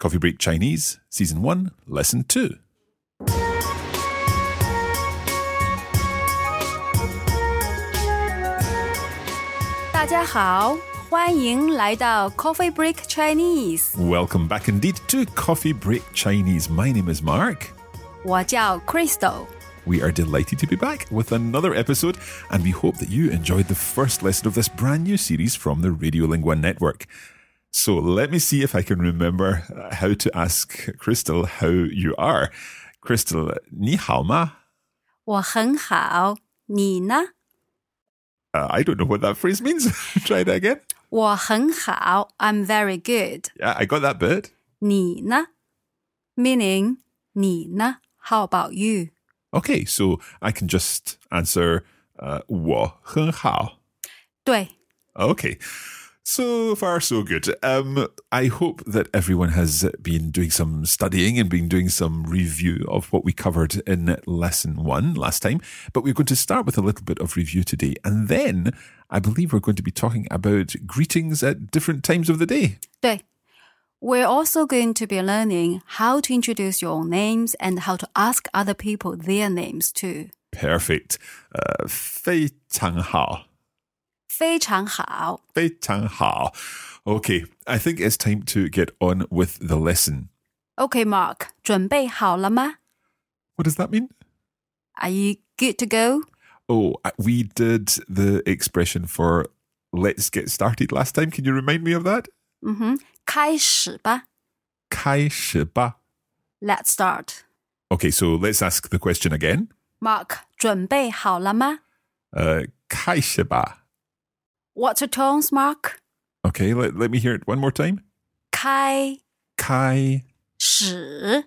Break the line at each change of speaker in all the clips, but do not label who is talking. Coffee Break Chinese, Season 1, Lesson 2.
Coffee Break Chinese，
Welcome back indeed to Coffee Break Chinese. My name is Mark.
我叫 Crystal。
We are delighted to be back with another episode, and we hope that you enjoyed the first lesson of this brand new series from the Radiolingua Network. So let me see if I can remember uh, how to ask Crystal how you are. Crystal, 你好吗?
我很好，你呢？
Uh, I don't know what that phrase means. Try that again.
我很好，I'm very good。
Yeah, I got that bit.
你呢？Meaning 你呢？How about you？
Okay, so I can just answer uh, 我很好. Okay. So far, so good. Um, I hope that everyone has been doing some studying and been doing some review of what we covered in lesson one last time. But we're going to start with a little bit of review today. And then I believe we're going to be talking about greetings at different times of the day.
对，对。We're also going to be learning how to introduce your own names and how to ask other people their names too.
Perfect. Uh, 非常好.
非常好。
非常好. Okay, I think it's time to get on with the lesson.
Okay, Mark, 准备好了吗？
What does that mean?
Are you good to go?
Oh, I- we did the expression for let's get started last time. Can you remind me of that?
嗯哼，开始吧。
开始吧.
Let's start.
Okay, so let's ask the question again.
Mark，准备好了吗
Uh, 开始吧.
？What's your tones, Mark？
Okay, let, let me hear it one more time.
开始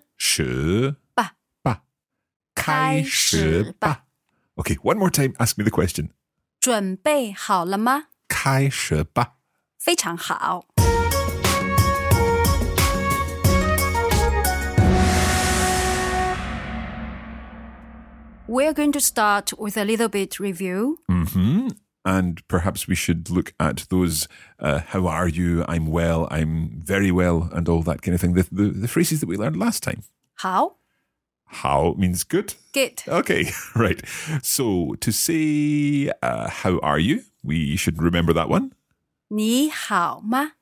开始吧.
吧。
开始吧.
开始吧。
Okay, one more time. Ask me the question.
准备好了吗？
开始吧.
非常好。We're going to start with a little bit review.
hmm And perhaps we should look at those uh, how are you, I'm well, I'm very well, and all that kind of thing. The, the, the phrases that we learned last time.
好
How means good.
，good。
Okay, right. So to say, uh, how are you? We should remember that one.
你好吗？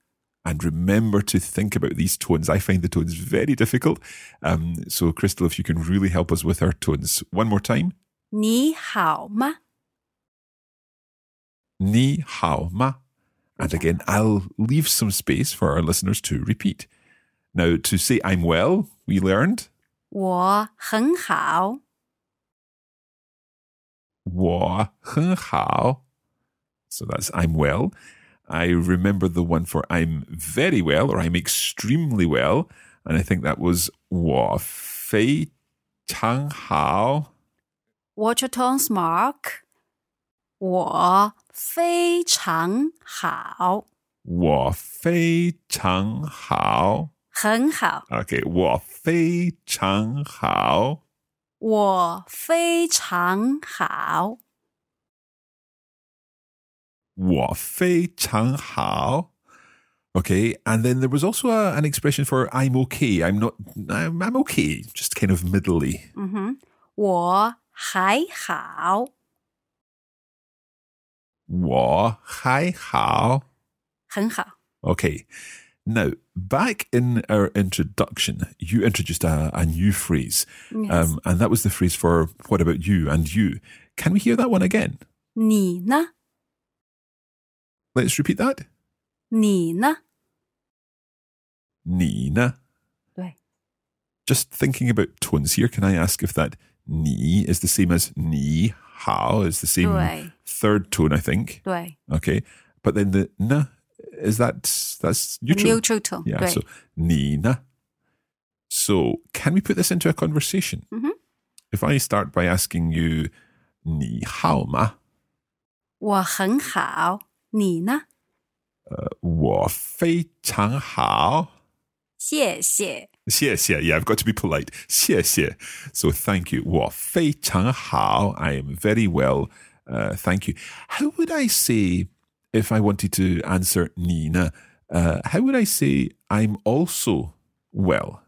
And remember to think about these tones. I find the tones very difficult. Um, so, Crystal, if you can really help us with our tones one more time.
你好吗？
Ni hao ma. And again, I'll leave some space for our listeners to repeat. Now, to say I'm well, we learned
我很好，
wa hao. So that's I'm well. I remember the one for I'm very well or I'm extremely well. And I think that was wa fei chang hao.
Watch your tones, Mark. 我非常好，
Wa fei chang hao.
很好。
Okay, wa fei chang hao.
我非常好，
我非常好. Okay, and then there was also a, an expression for I'm okay. I'm not. I'm, I'm okay. Just kind of middly.
嗯哼，我还好，
我还好.
很好。
Okay. Now, back in our introduction, you introduced a, a new phrase,
Yes.
um, and that was the phrase for what about you and you. Can we hear that one again?
你呢？
Let's repeat that.
你呢？
Nina.
对，
Just thinking about tones here, can I ask if that ni is the same as ni how? Is the same
Right.
third tone, I think.
对
Okay, but then the na is that that's neutral.
，neutral tone，
Yeah.
对
So Nina. So can we put this into a conversation?
Mhm.
If I start by asking you ni hao ma,
我很好，你呢？
wo fei chang hao.
谢谢，
谢谢. Yeah, I've got to be polite. 谢谢. So thank you. 我非常好. I am very well. Uh, thank you. How would I say if I wanted to answer Nina? Uh, how would I say I'm also well?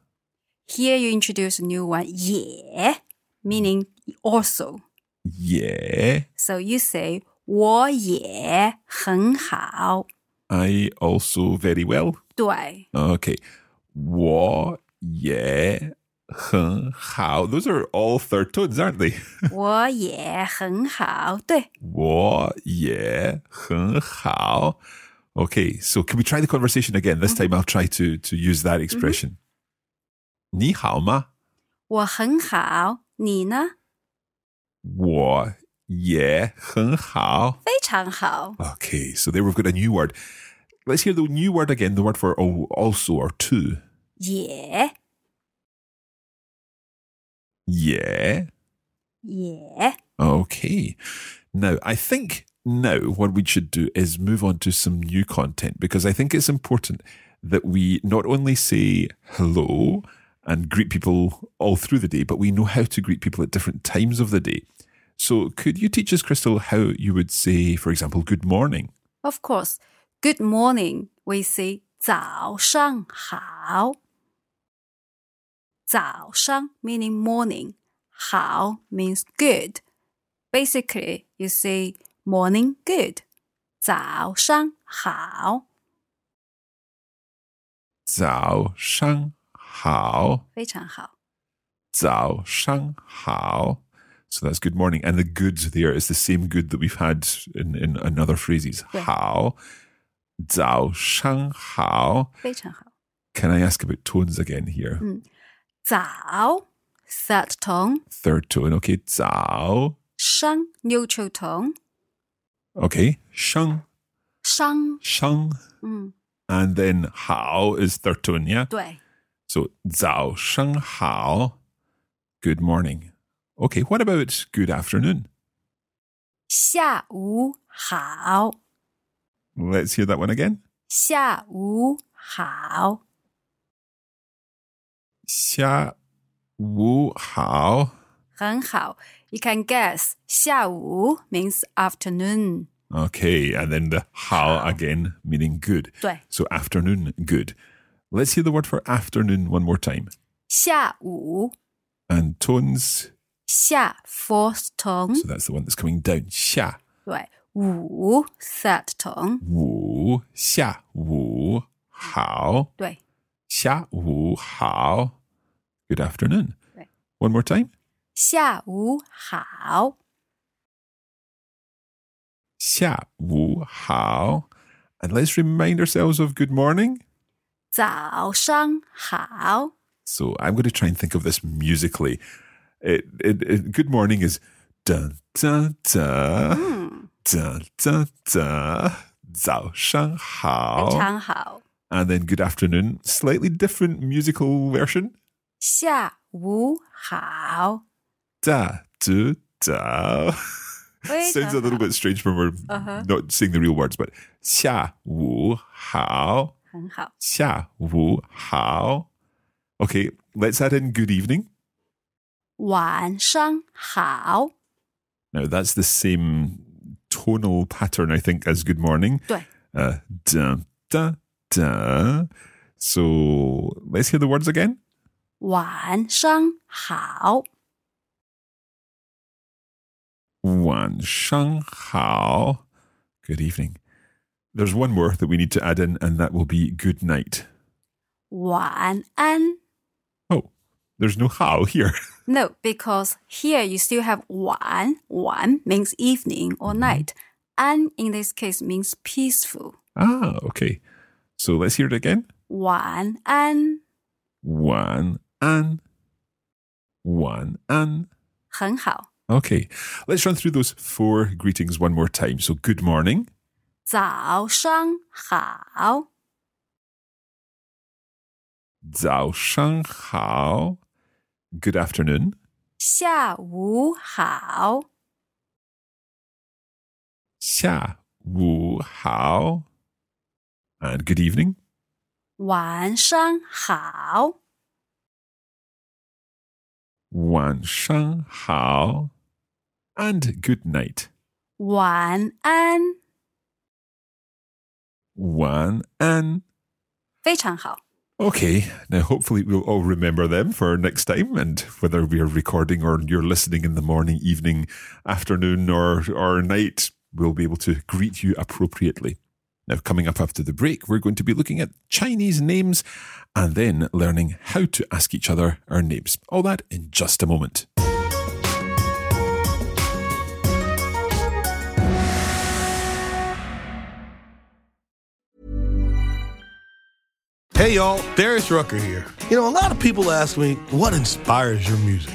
Here you introduce a new one, 也 meaning also.
Yeah,
So you say 我也很好，
I also very well.
对
Okay. 我也很好. Those are all third tones, aren't they?
我也很好， 对
我也很好. Okay, so can we try the conversation again? This time I'll try to, to use that expression. 你好吗?
我很好，你呢？
我也很好.
非常好，
Okay, so there we've got a new word. Let's hear the new word again, the word for al- also or to.
也
Yeah.
也
Okay. Now, I think now what we should do is move on to some new content because I think it's important that we not only say hello and greet people all through the day, but we know how to greet people at different times of the day. So, could you teach us, Crystal, how you would say, for example, good morning?
Of course. Good morning. We say 早上好.早上 meaning morning. 好 means good. Basically, you say morning good. 早上好.
早上好.
非常好.
早上好. So that's good morning. And the good there is the same good that we've had in, in, in other phrases.
Yeah.
How. 早上好.
非常好.
Can I ask about tones again here?
早 third tone.
Third tone. Okay. 早.
上 neutral tone.
Okay. 上.
上
上.
嗯
And then how is third tone. Yeah.
对
So 早上好. Good morning. Okay. What about good afternoon?
下午好
Let's hear that one again.
下午好。
下午好.
很好. You can guess. 下午 means afternoon.
Okay, and then the how again, meaning good.
对
So afternoon, good. Let's hear the word for afternoon one more time.
下午
And tones,
下 fourth tone.
so that's the one that's coming down. 下
对午 third tone.
午下午好
对
下午好 Good afternoon.
对
One more time.
下午好
下午好 And let's remind ourselves of good morning.
早上好
So I'm going to try and think of this musically. It, it, it, good morning is dun dun dun
嗯
dun dun dun. 早上好.
非常好
And then good afternoon. Slightly different musical version.
下午好
Da do da. Sounds a little bit strange when we're
Uh-huh.
not saying the real words, but 下午好.
很好
下午好. Okay, let's add in good evening.
晚上好
Now that's the same tonal pattern, I think, as "Good Morning."
对
Uh, dun, dun, dun. So let's hear the words again.
晚上好
Wan Shang Hao. Good evening. There's one more that we need to add in, and that will be good night.
晚安.
Oh, there's no how here.
No, because here you still have 晚.晚 means evening or night. An in this case means peaceful.
Ah, okay. So let's hear it again.
晚安.
One an. One an.
很好.
Okay, let's run through those four greetings one more time. So good morning.
早上好.
早上好. Good afternoon.
下午好.
下午好. And good evening.
晚上好.
晚上好. And good night.
晚安.
晚安.
非常好.
Okay, now hopefully we'll all remember them for next time, and whether we are recording or you're listening in the morning, evening, afternoon, or or night, we'll be able to greet you appropriately. Now, coming up after the break, we're going to be looking at Chinese names and then learning how to ask each other our names. All that in just a moment.
Hey y'all, Darius Rucker here. You know, a lot of people ask me, what inspires your music?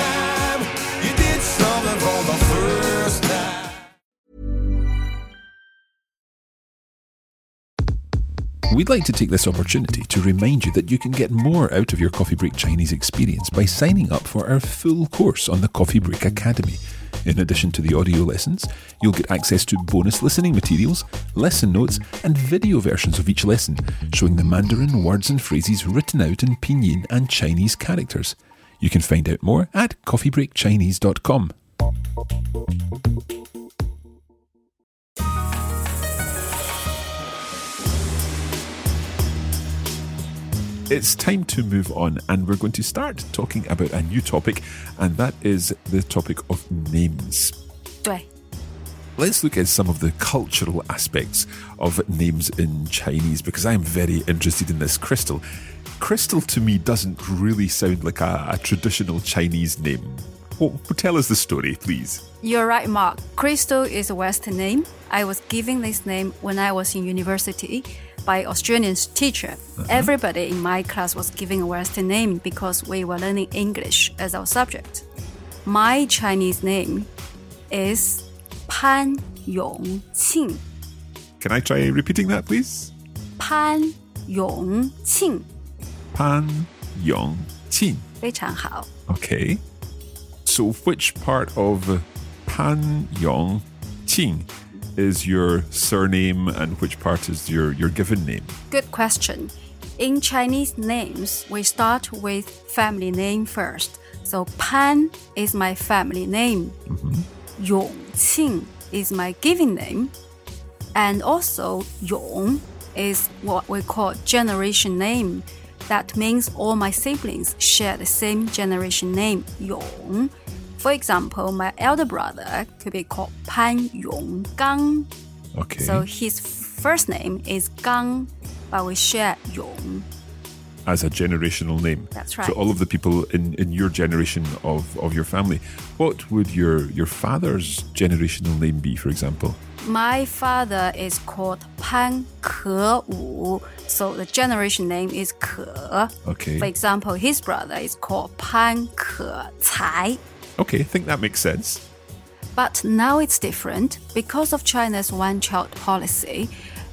We'd like to take this opportunity to remind you that you can get more out of your Coffee Break Chinese experience by signing up for our full course on the Coffee Break Academy. In addition to the audio lessons, you'll get access to bonus listening materials, lesson notes, and video versions of each lesson, showing the Mandarin words and phrases written out in pinyin and Chinese characters. You can find out more at coffeebreakchinese.com. It's time to move on, and we're going to start talking about a new topic, and that is the topic of names.
对，
Let's look at some of the cultural aspects of names in Chinese because I'm very interested in this crystal. Crystal to me doesn't really sound like a, a traditional Chinese name. Well, tell us the story, please.
You're right, Mark. Crystal is a Western name. I was given this name when I was in university by Australian teacher. Everybody in my class was giving a Western name because we were learning English as our subject. My Chinese name is Pan Yongqing.
Can I try repeating that, please?
Pan Yongqing.
Pan Yong Qin.
非常好.
Okay. So, which part of Pan Yong Qing is your surname and which part is your, your given name?
Good question. In Chinese names, we start with family name first. So Pan is my family name. Yongqing is my given name. And also Yong is what we call generation name. That means all my siblings share the same generation name, Yong. For example, my elder brother could be called Pan Yonggang.
Okay.
So his first name is Gang, but we share Yong.
as a generational name.
That's right.
So all of the people in, in your generation of, of your family. What would your your father's generational name be, for example?
My father is called Pan Ke Wu, so the generation name is Ke.
Okay.
For example, his brother is called Pan Ke Cai.
Okay, I think that makes sense.
But now it's different because of China's one child policy.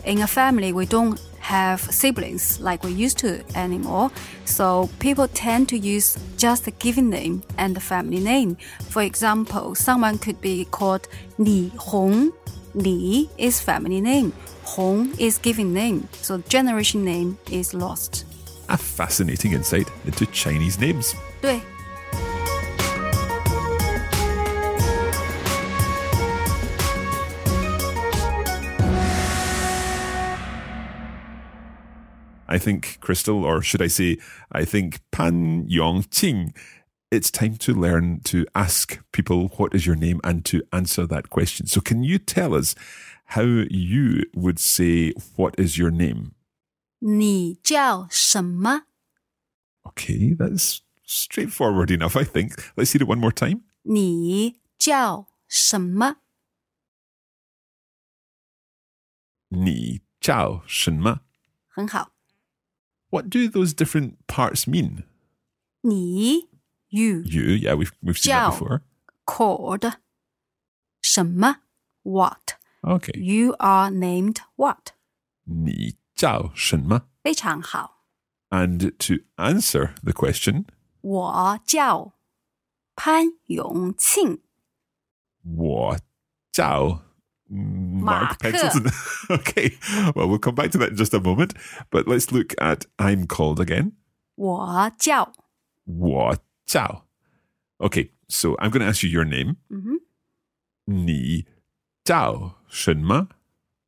In a family, we don't have siblings like we used to anymore. So people tend to use just the given name and the family name. For example, someone could be called Li Hong. Li is family name, Hong is given name. So generation name is lost.
A fascinating insight into Chinese names.
对，
I think, Crystal, or should I say, I think Pan Yongqing, it's time to learn to ask people, what is your name, and to answer that question. So, can you tell us how you would say, what is your name?
你叫什么？
Okay, that's straightforward enough, I think. Let's hear it one more time.
你叫什么？
Ni chao shenma.
很好。
What do those different parts mean?
你 you
You, yeah, we've, we've seen that
Jiao.
before.
called 什么 what
Okay.
you are named what
Ni chao shenma.
非常好。
And to answer the question,
我叫潘永庆，
what chao Mark
Mark.
Pencilton. okay. Well, we'll come back to that in just a moment. But let's look at I'm called again.
我叫
What chao. Okay. So I'm going to ask you your name.
嗯哼，
Ni chao shenma.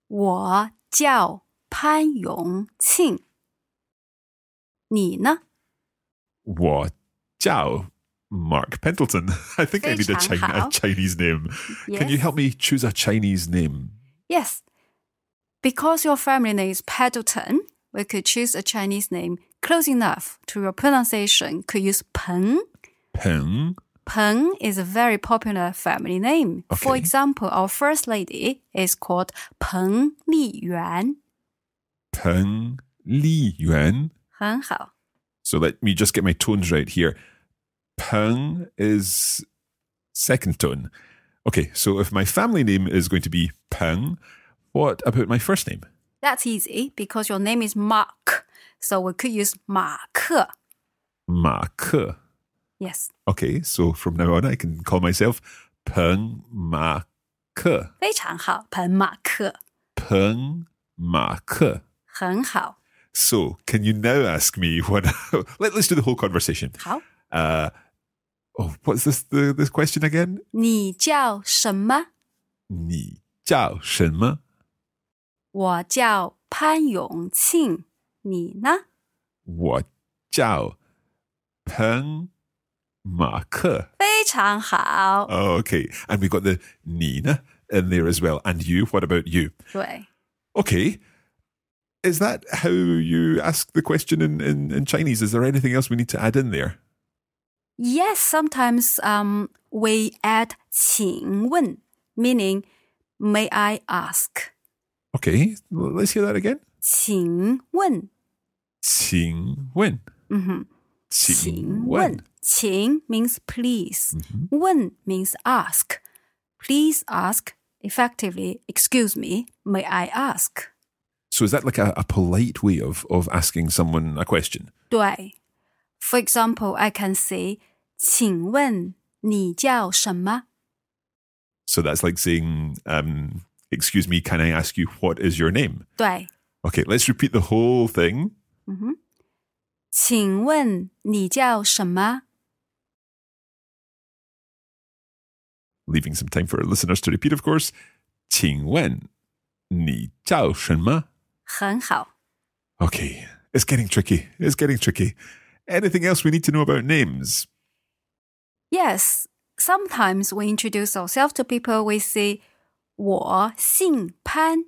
我叫潘永庆。你呢？
What Jiao Mark Pendleton. I think I need a, China, a
非常 好。
Chinese name. Can you
Yes.
help me choose a Chinese name?
Yes. Because your family name is Pendleton, we could choose a Chinese name close enough to your pronunciation. Could use Peng.
Peng.
Peng is a very popular family name. For
Okay.
example, our first lady is called Peng Liyuan.
Peng Li Yuan.
很好.
So let me just get my tones right here. Peng is second tone. Okay, so if my family name is going to be Peng, what about my first name?
That's easy because your name is Mark. So we could use Mark.
Ma Ke.
Yes.
Okay, so from now on I can call myself Peng Ma Ke.
非常好,Peng Mark.
Peng Ma Ke.
很好.
So, can you now ask me what? Let, let's do the whole conversation.
好.
Uh, oh, what's this the, this question again?
你叫什么?
你叫什么？
我叫潘永庆，你呢？
我叫彭马克。
非常好，
Oh, okay, and we got the Nina in there as well. And you? What about you?
对，
Okay, is that how you ask the question in, in, in Chinese? Is there anything else we need to add in there?
Yes, sometimes um, we add 请问 meaning may I ask?
Okay, let's hear that again.
请问，
请问，
嗯哼，
请
请
问
问，请 means please，、问 means ask. Please ask effectively. Excuse me, may I ask?
So is that like a, a polite way of of asking someone a question?
对，For example, I can say，请问你叫什么？
So that's like saying, um, "Excuse me, can I ask you what is your name?"
对，
Okay, let's repeat the whole thing.
嗯哼，请问你叫什么？
Leaving some time for our listeners to repeat, of course. 请问你叫什么?
很好，
Okay, it's getting tricky. It's getting tricky. Anything else we need to know about names?
Yes, sometimes we introduce ourselves to people. We say, 我姓潘。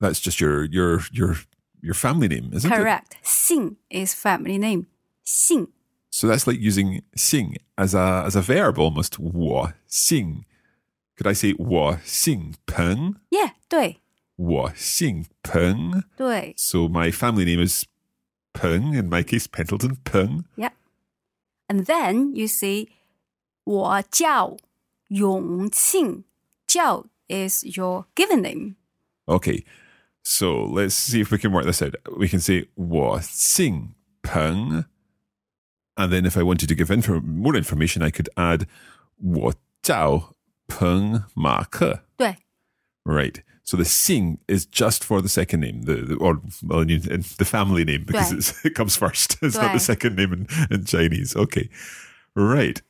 That's just your your your your family name, isn't it?
Correct. 姓 is family name. 姓
So that's like using sing as a as a verb almost. 我姓. Could I say 我姓彭?
，Yeah，对
我姓彭.
对
So my family name is Peng, in my case, Pendleton Peng.
，Yeah. And then you say, 我叫永庆。叫 is your given name.
Okay. So let's see if we can work this out. We can say 我姓 Peng. And then if I wanted to give infor- more information, I could add 我叫 Peng Ma Ke.
对
Right. So the sing is just for the second name, the, the or well, you- the family name because
Right.
it's, it comes first. It's not the
Right.
second name in, in Chinese. Okay. Right.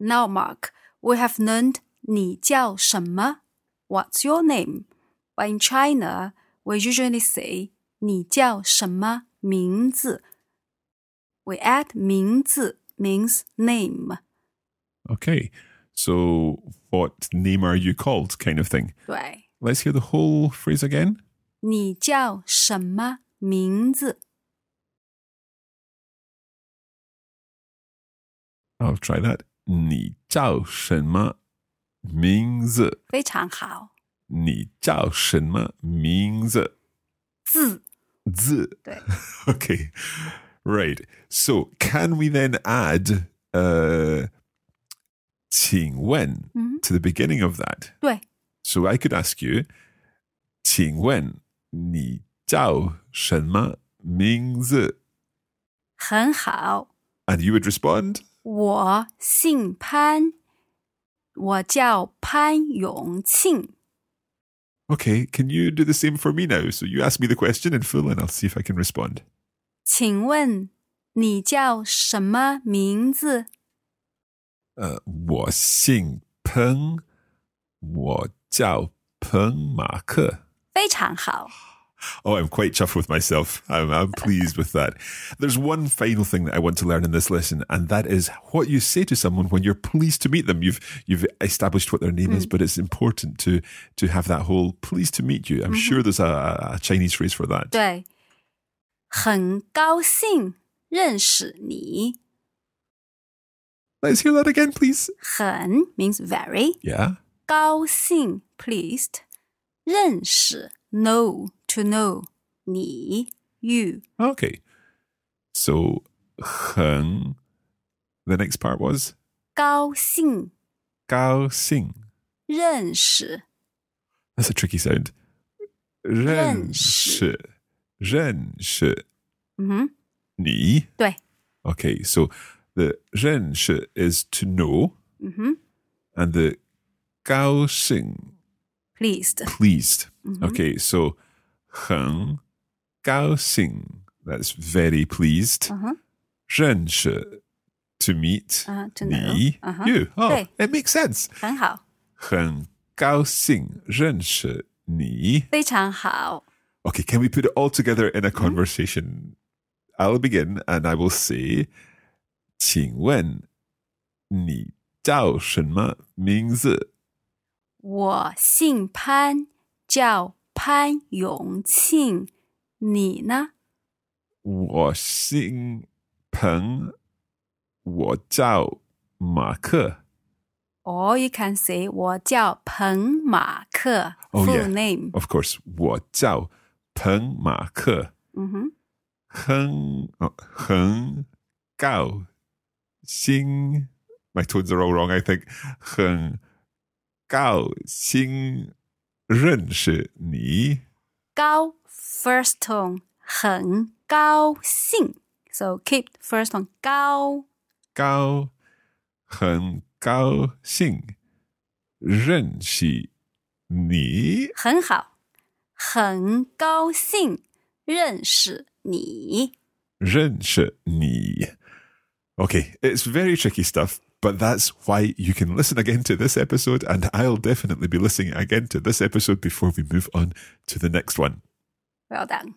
Now, Mark, we have learned 你叫什么? What's your name? But in China, we usually say 你叫什么名字？We add 名字 means name。
Okay. So, what name are you called? kind of thing.
对，
Let's hear the whole phrase again.
你叫什么名字？
I'll try that. 你叫什么名字?
非常好，
你叫什么名字?
字
字.
对
Okay. Right. So, can we then add uh, 请问
Mhm.
to the beginning of that?
对
So I could ask you, 请问你叫什么名字?
很好。
And you would respond,
我姓潘，我叫潘永庆。
okay, can you do the same for me now? So you ask me the question in full and I'll see if I can respond.
请问你叫什么名字？
Uh, 我姓彭，我叫彭马克。
非常好，
Oh, I'm quite chuffed with myself. I'm, I'm pleased with that. There's one final thing that I want to learn in this lesson, and that is what you say to someone when you're pleased to meet them. You've you've established what their name is, but it's important to to have that whole "pleased to meet you." I'm sure there's a, a Chinese phrase for that.
对，很高兴认识你。
Let's hear that again, please.
很 means very
Yeah.
高兴 pleased 认识 know to know 你 you
Okay. So, 很. The next part was
高兴
gao xing.
认识
That's a tricky sound.
认识。
认识认识你。
嗯哼对
Okay, so the 认识 is to know,
嗯哼
and the 高兴
pleased
pleased.
Mm-hmm.
Okay, so 很高兴 that's very pleased.
嗯哼
认识 to meet,
嗯 Uh-huh, to know
你
嗯哼
you. Oh,
对
it makes sense.
很好
很高兴认识你。
非常好
Okay, can we put it all together in a conversation? I'll begin and I will say, 请问你叫什么名字?
我姓潘叫潘永庆你呢
我姓彭,我叫马克.
or you can say 我叫彭马克
Oh,
full
yeah.
name
Of course, 我叫彭马克.
嗯哼
很-哦，很高兴- My tones are all wrong, I think. 很高兴认识你。
高 first tone 很高兴，so keep first tone 高
高-很高兴认识你。
很好，很高兴认识你。
认识你。Okay, it's very tricky stuff, but that's why you can listen again to this episode, and I'll definitely be listening again to this episode before we move on to the next one.
Well done，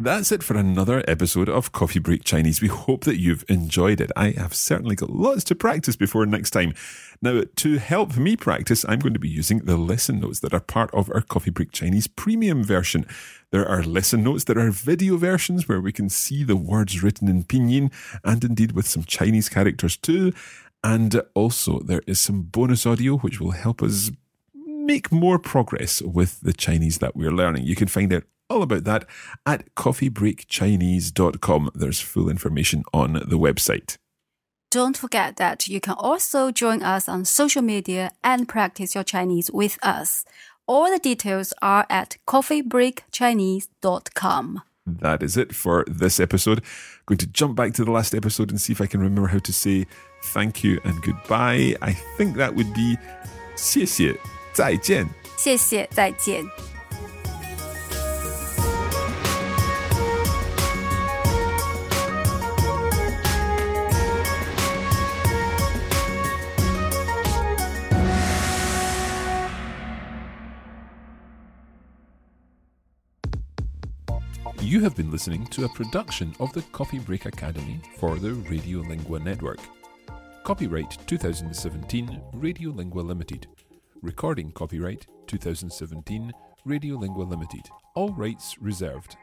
That's it for another episode of Coffee Break Chinese. We hope that you've enjoyed it. I have certainly got lots to practice before next time. Now, to help me practice, I'm going to be using the lesson notes that are part of our Coffee Break Chinese premium version. There are lesson notes, there are video versions where we can see the words written in pinyin and indeed with some Chinese characters too. And also, there is some bonus audio which will help us make more progress with the Chinese that we're learning. You can find out all about that at coffeebreakchinese.com. There's full information on the website.
Don't forget that you can also join us on social media and practice your Chinese with us. All the details are at coffeebreakchinese.com.
That is it for this episode. Going to jump back to the last episode and see if I can remember how to say thank you and goodbye. I think that would be 谢谢,再见.
谢谢，再见。
You have been listening to a production of the Coffee Break Academy for the Radiolingua Network. Copyright 2017 Radiolingua Limited. Recording copyright 2017 Radiolingua Limited. All rights reserved.